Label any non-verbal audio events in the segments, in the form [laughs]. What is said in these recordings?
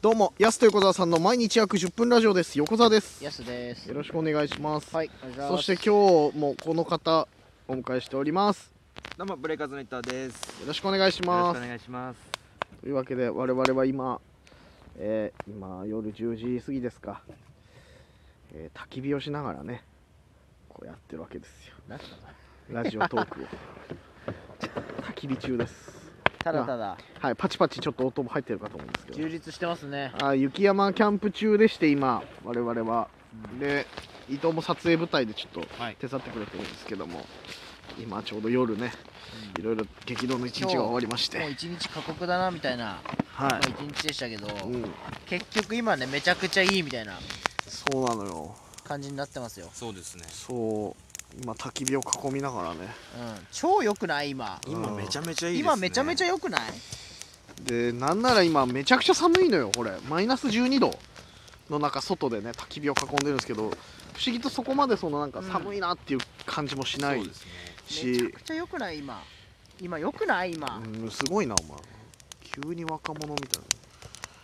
どうも、やすと横澤さんの毎日約10分ラジオです。横澤です。よヤスです。ろしくお願いします。はい、お願いします。そして今日もこの方、お迎えしております。どうもブレイカーズの伊藤です。よろしくお願いしよろましくおす。願いします。というわけで、我々は今、えー今夜10時過ぎですか、えー焚き火をしながらね、こうやってるわけですよ。なんすかラジオトー [laughs] クを。焚き火中です。ただただはい、パチパチちょっと音も入ってるかと思うんですけど充。実してますね。あ雪山キャンプ中でして今我々は、で伊藤も撮影舞台でちょっとはい手伝ってくれてるんですけども、今ちょうど夜ねいろいろ激動の一日が終わりましもうて一日過酷だなみたいな、は一日でしたけど、い、うん、結局今ねめちゃくちゃいいみたいなそうなのよ感じになってますよ。そうですね。そう今焚き火を囲みながらねうん、超良くない今。今うんめちゃめちゃいいですね。今めちゃめちゃゃ。良くない？でなんなら今めちゃくちゃ寒いのよこれマイナス12度の中外でね焚き火を囲んでるんですけど不思議とそこまでそのなんか寒いなっていう感じもしないそうですね。めし、ちゃくちゃ良くない今。今良くない今。うん、すごいなお前急に若者みたい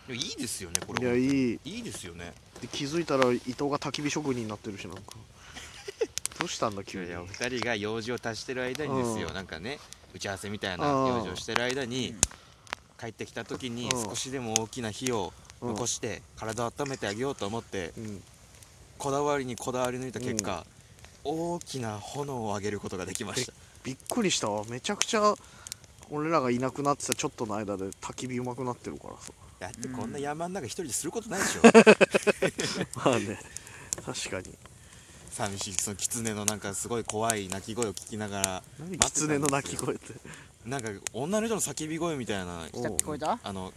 でもいいですよねこなれ。いやい。いいいいですよね。で気づいたら伊藤が焚き火職人になってるし [laughs] なんかどうしたんだい急やいにやお二人が用事を足してる間にですうよ。んなんかね打ち合わせみたいなうん用事をしてる間にうん帰ってきた時にうん少しでも大きな火をうん残して体を温めてあげようと思ってうんこだわりにこだわり抜いた結果大きな炎を上げることができました。びっくりしたわめちゃくちゃ俺らがいなくなってたちょっとの間で焚き火うまくなってるからさだってこんな山の中一人ですることないでしょ。まあね確かに寂しいその狐のなんかすごい怖い鳴き声を聞きながら何待ってたんですよ狐の鳴き声ってなんか女の人の叫び声みたいなお来た聞こえた？あの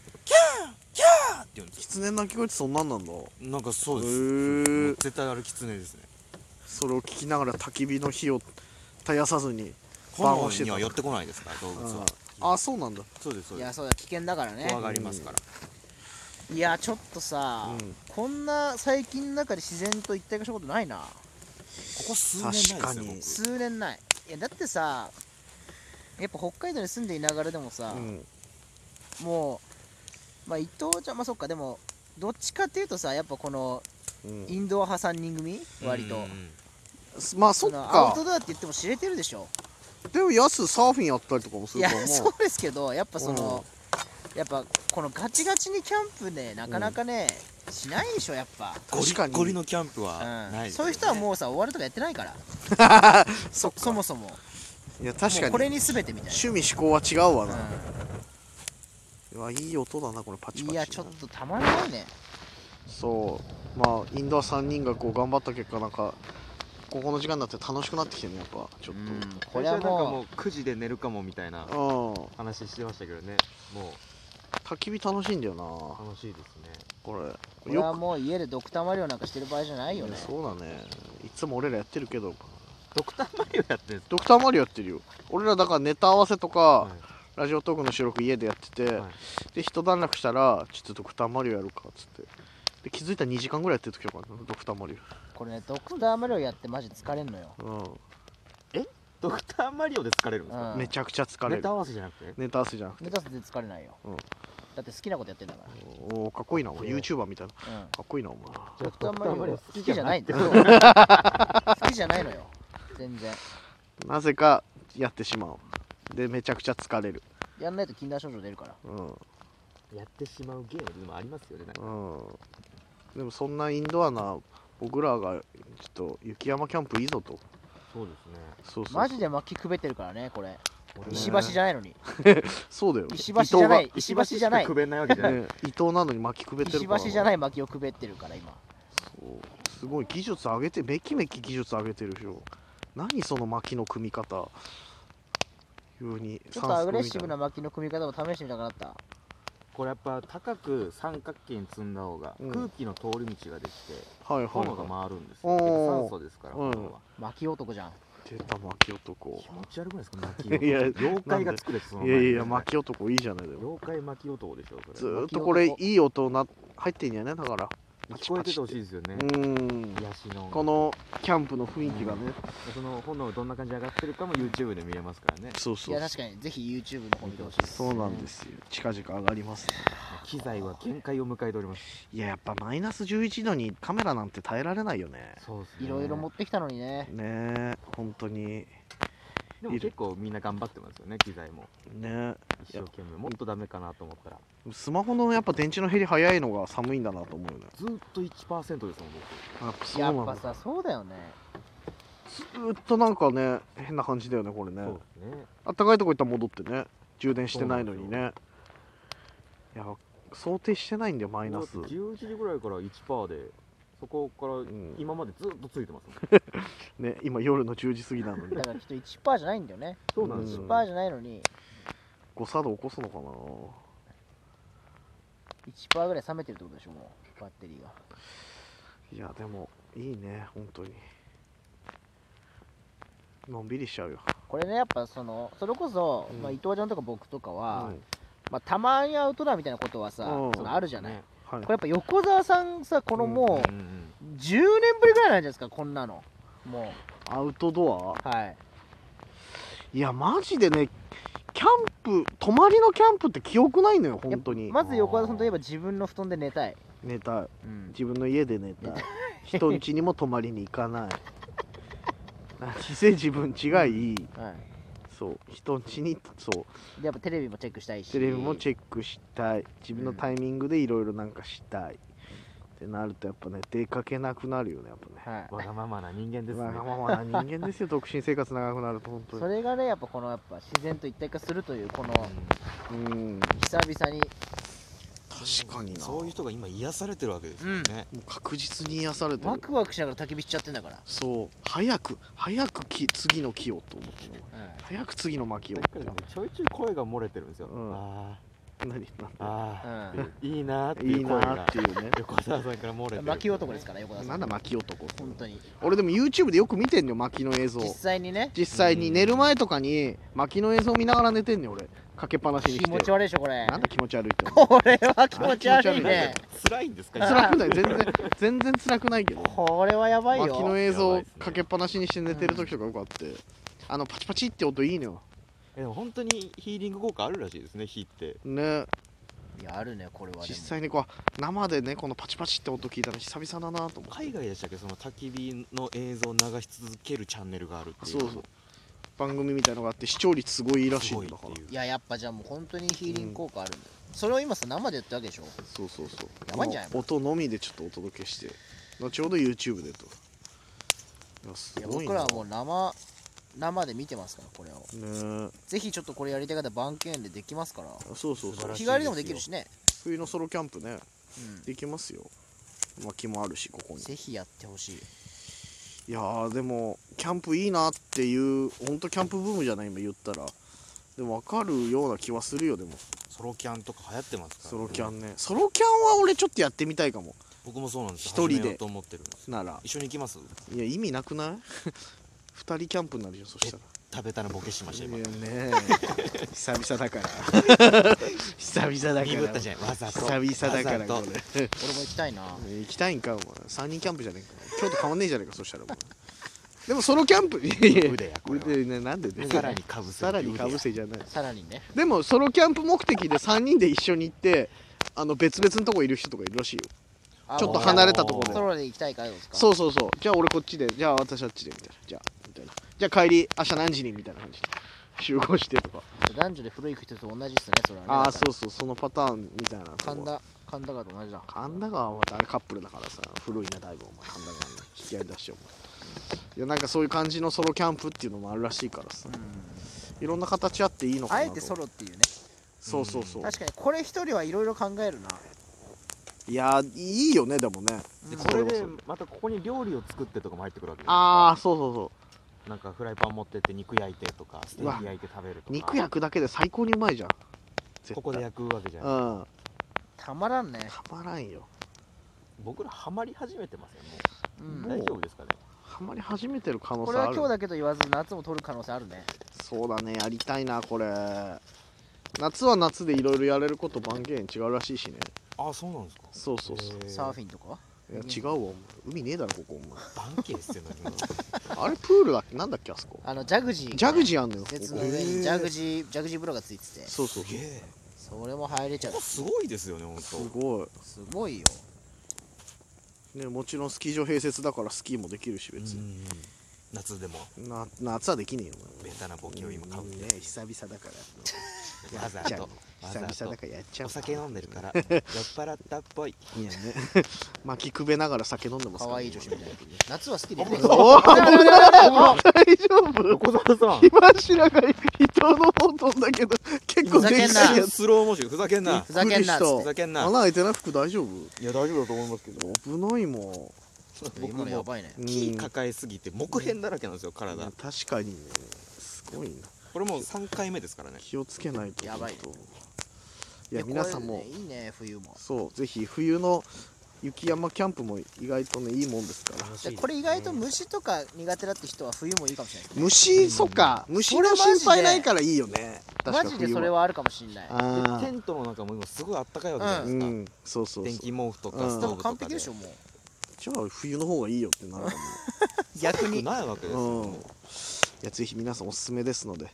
キャーキャーって言うんです狐の鳴き声ってそんなんなんだよなんかそうですへー絶対あれ狐ですねそれを聞きながら焚き火の火を絶やさずにバーン炎をしてにたは寄ってこないですから動物はああそうなんだそうですそういでやすそうだ危険だからね。怖がりますからいやちょっとさ、うんこんな最近の中で自然と一体化したことないな。ここ数年ない確かにですね数年ないいやだってさやっぱ北海道に住んでいながらでもさ、うんもうまあ伊藤ちゃんまあそっかでもどっちかっていうとさやっぱこのうんインドア派3人組僕割うんとうんうんまあそっのアウかトドアって言っても知れてるでしょでもやすサーフィンやったりとかもすいるやからもうそうですけどやっぱその、やっぱこのガチガチにキャンプねなかなかね、しないでしょやっぱゴリ確かッにゴリのキャンプはないうん、ですそよういうね人はもうさ終わるとかやってないから [laughs] そっかそもそもいや確もかうこれにに全てみたい趣味嗜好は違うわな、な、うわいい音だなこれパチうんパチいやちょっとたまらないねそうまあインドア3人がこう頑張った結果なんかここの時間になって楽しくなってきてねやっぱちょっうんこ最れ初ははなんかももう9時で寝るかもみたいなとうん話してましたけどねも焚き火楽しいんだよなう楽しいですねこうこれれはよもう家でドクターマリオなんかしてる場合じゃなくいよねそうだねいつも俺らやってるけどドクターマリオやってるんですドクターマリオやってるよ俺らだからネタ合わせとか、かラジオトークの収録家でやってて、はいで一段落したらちょっとドクターマリオやるかっつってで気づいたら2時間ぐらいやってる時とかあるのドクターマリこれねドクターマリオやってマジ疲れんのよ、オ、うんドクターマリオで疲れるんうですかん、めちゃくちゃ疲れネるタ合わせじゃなくてネタ合わせじゃなくて目指すで疲れないよ、うんだって好きなことやってんだか、おおかっこいいなお前そう YouTuber みたいなからうん、っこいいなお前ドクターマリオ好きじゃないんだドよ好きじゃないのよ全然なぜかやってしまうでめちゃくちゃ疲れるやんないと禁断症状出るからうんやってしまうゲームでもありますよねなんかうんでもそんなインドアな僕らがちょっと雪山キャンプいいぞとそうですねそうそうマジで巻きくべてるからねこれ俺石橋じゃないのにそうだよ石橋じゃない伊石橋じゃないくべんないわけじ藤ゃながい、ね伊藤なのに巻きくべて石るから橋じゃない巻きをくべってるから今そうすごい技術上げてめきめき技術上げてるでしょ何その薪の組み方急にちょっとアグレッシブなな巻きの組み方も試してみたくなったこれやっぱ高く三角形に積んだ方がうん空気の通り道ができてはいはい炎がは回るんですよ、おーやっぱ酸素ですからうん炎は、巻き男じゃんい出た薪男気持ち悪くないですか巻きいや男妖怪が作るやつそいの前やにいや薪男いいじゃないだよ妖怪巻き男でしょそれずーっとこれいい音な入ってんじゃねだからパチ聞こパえチてってほてしいですよねうんヤシのこのキャンプの雰囲気がね、その炎どんな感じで上がってるかも YouTube で見れますからねそういそうや確かにぜひ YouTube の方見てほしいですそうなんですよ近々上がります機材は限界を迎えておりますいややっぱマイナス11度にカメラなんて耐えられないよねそうですいろいろ持ってきたのにねねえ本当にでも結構みんな頑張ってますよね機材もね一生懸命もっとダメかなと思ったらスマホのやっぱ電池の減り早いのが寒いんだなと思うよねずーっと1%ですもん僕やっぱそうやなっんぱださそうだよねずーっとなんかね変な感じだよねこれねそうですねあったかいとこ行ったら戻ってね充電してないのにねいや想定してないんだよマイナスだって11時ぐらいから1%でそこからん今までずっとついてますもん、ね今夜の10時過ぎな [laughs] のにだからきっと1%じゃないんだよねそうなんですよ、う1%じゃないのに誤作動起こすのかな1%ぐらい冷めてるってことでしょもうバッテリーがいやでもいいね本当にのんびりしちゃうよ、これねやっぱそのそれこそ、うんまあ、伊藤ちゃんとか僕とかは、うんまあ、たまにアウトドアみたいなことはさ、うんそのあるじゃない、ねはいこれやっぱ横澤さんさこのもうんうんう10年ぶりぐらいなんじゃないですかこんなのもアウトドうはいアいやマジでねキャンプ泊まりのキャンプって記憶ないのよ本当に、まず横澤さんといえば自分の布団で寝たい、寝たいうん、自分の家で寝 [laughs] たい人ん家にも泊まりに行かない何せ自分家がいいはいそう人ん家にそうでやっぱテレビもチェックしたいしテレビもチェックしたい自分のタイミングでいろいろなんかしたい、ってなるとやっぱね出かけなくなるよねやっぱねはいわがままな人間ですねわがままな人間 [laughs] ですよ独身生活長くなると本当そにれがねやっぱこのやっぱ自然と一体化するというこのうん久々に確かになそういう人が今癒されてるわけですよね、もう確実に癒されてワるクワクしながら焚き火しちゃってんだから、そう早く早くき次の木をと思ってねう早く次の巻をさっきからねちょいちょい声が漏れてるんですよ、うんあ何ーあーうっていういいなーっていいいう声なーがっていうね横澤さんから漏れてるん、巻き男ですから横澤さん [laughs] なんだ巻男って本当に俺でも YouTube でよく見てんのよ巻の映像実際にね実際に寝る前とかに巻の映像見ながら寝てんねん俺かけっぱなしにして気持ち悪いでしょこれなんだ気持ち悪いって思うこれは気持ち悪いね辛いん [laughs] ですか辛くない全然全然辛くないけどこれはやばい脇のよ映像をかけっぱなしにして寝てる時とかよくあって、あのパチパチって音いいのよえでも本当にヒーリング効果あるらしいですね火ってねいやあるねこれはでも実際にこう生でねこのパチパチって音聞いたら久々だなと思って海外でしたっけその焚き火の映像を流し続けるチャンネルがあるっていうそうそう番組みたいのがあって視聴率すごいいいらしすいんごいっだてからいういややっぱじゃあもう本当にヒーリング効果あるんだよ、それを今さ生でやったわけでしょそうそうそうやばいんじゃないもう音のみでちょっとお届けして後ほど YouTube でといやすいやごい僕ならはもう生生で見てますからこれをねぜひちょっとこれやりたい方番犬でできますからそうそう素そ晴うらしい日帰りでもできるしね、冬のソロキャンプねうできますよ薪もあるしここん、にぜひやってほしいいやーでもキャンプいいなっていうほんとキャンプブームじゃない今言ったらでも分かるような気はするよでもソロキャンとか流行ってますからソロキャンねソロキャンは俺ちょっとやってみたいかも僕もそうなんです一人で始めようと思ってるんですなら一緒に行きますいや意味なくない [laughs] 二人キャンプになるよそしたら食べたらボケしましたい今やねえ [laughs] 久々だから久々だか鈍ったらじゃないわざと久々だからわこざとれ俺も行きたいな行きたいんかお前3人キャンプじゃねえか今日と変わんねえじゃねえかそしたらお前でもソロキャンプいやいや腕やこれは腕ねなんでねさらにかぶせさらにかぶせじゃないさらにねでもソロキャンプ目的で3人で一緒に行ってあの別々のとこいる人とかいるらしいよあちょっともう離れたとこソでロで行きたいからですかそうそうそうじゃあ俺こっちでじゃあ私あっちでみたいなじゃあみたいなじゃあ帰り明日何時にみたいな感じで集合してとか男女で古い人と同じっすねそれはねああだかそうそうそのパターンみたいなら神田神田川と同じだ神田川はまたあれカップルだからさ古いねだいぶお前神田川の引き合い出してお前いやなんかそういう感じのソロキャンプっていうのもあるらしいからさいろんな形あっていいのかなあとえてソロっていうねそうそうそう確かにこれ一人はいろいろ考えるないやーいいよねでもねでうんこれそでれこまたここに料理を作ってとかも入ってくるわけじゃあなあそうそうそいうですかなんかフライパン持ってって肉焼いてとかステーキ焼いて食べるとか肉焼くだけで最高にうまいじゃん絶対ここで焼くわけじゃうんないたたまらんね、まらんよ僕らハマり始めてますよねうもん大う、丈夫ですかねハマり始めてる可能こ性れあはる今日だけと言わず夏も取る可能性あるねそうだねやりたいなこれ夏は夏でいろいろやれること番犬違うらしいしねあそうなんですかそうそうそうへーサーフィンとかいや違うわお前海ねえだろここおバンケーっすよ何も前あれプールだっけなんだっけあそこあのジャグジージャグジーあんのよこ鉄この上にジャグジージャグジー風呂がついててそうそうすそうげえそれも入れちゃうここすごいですよね本す当ごいすごいよねもちろんスキー場併設だからスキーもできるし別うに、ん夏でもな夏はできねえよおベ前タなボケを今買ううんんでね久々だからわざやっちゃうとわざ久々だとからやっちゃうお酒飲んでるから酔っ払ったっぽいいやね巻きくべながら酒飲んでます可から愛い女子みたいな夏は好きでおー大丈夫横澤さん火柱が人の方飛んだけど結構ふざけでんきなたいややつスローモーションふざけんなふざけんなびっくっつっりふてしざけんな穴開いてない服大丈夫いや大丈夫だと思いますけど危ないもん僕今のやもばいねうん木抱えすぎて木片だらけなんですよ体確かにねすごいなこれもう3回目ですからね気をつけないとやばい本当いやで皆さんこもういうのねいいね冬もそうぜひ冬の雪山キャンプも意外とねいいもんですから楽しいでこれ意外と虫とか苦手だって人は冬もいいかもしれないですね虫そっか虫のそれマ心ジで配ないからいいよね確マかジで冬それははあるかもしれないあでテントの中も今すごいあったかいわけじゃあなういですか、んそうそう電そう気毛布とかうんスでトーもブとか完璧でしょもうじゃあ冬の方がいいよってなるかも逆にないわけですよ、うん、いやぜひ皆さんおすすめですので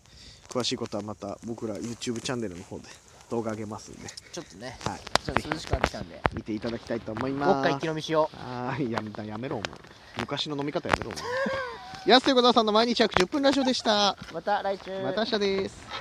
詳しいことはまた僕ら YouTube チャンネルの方で動画上げますんで、ちょっとねはい、ちょっと涼しくなってきたんで見ていただきたいと思いもう一ま回一す気飲みしようあーやめたやめろお前昔の飲み方やめろお前安手小沢さんの毎日約10分ラジオでしたまた来週また明日です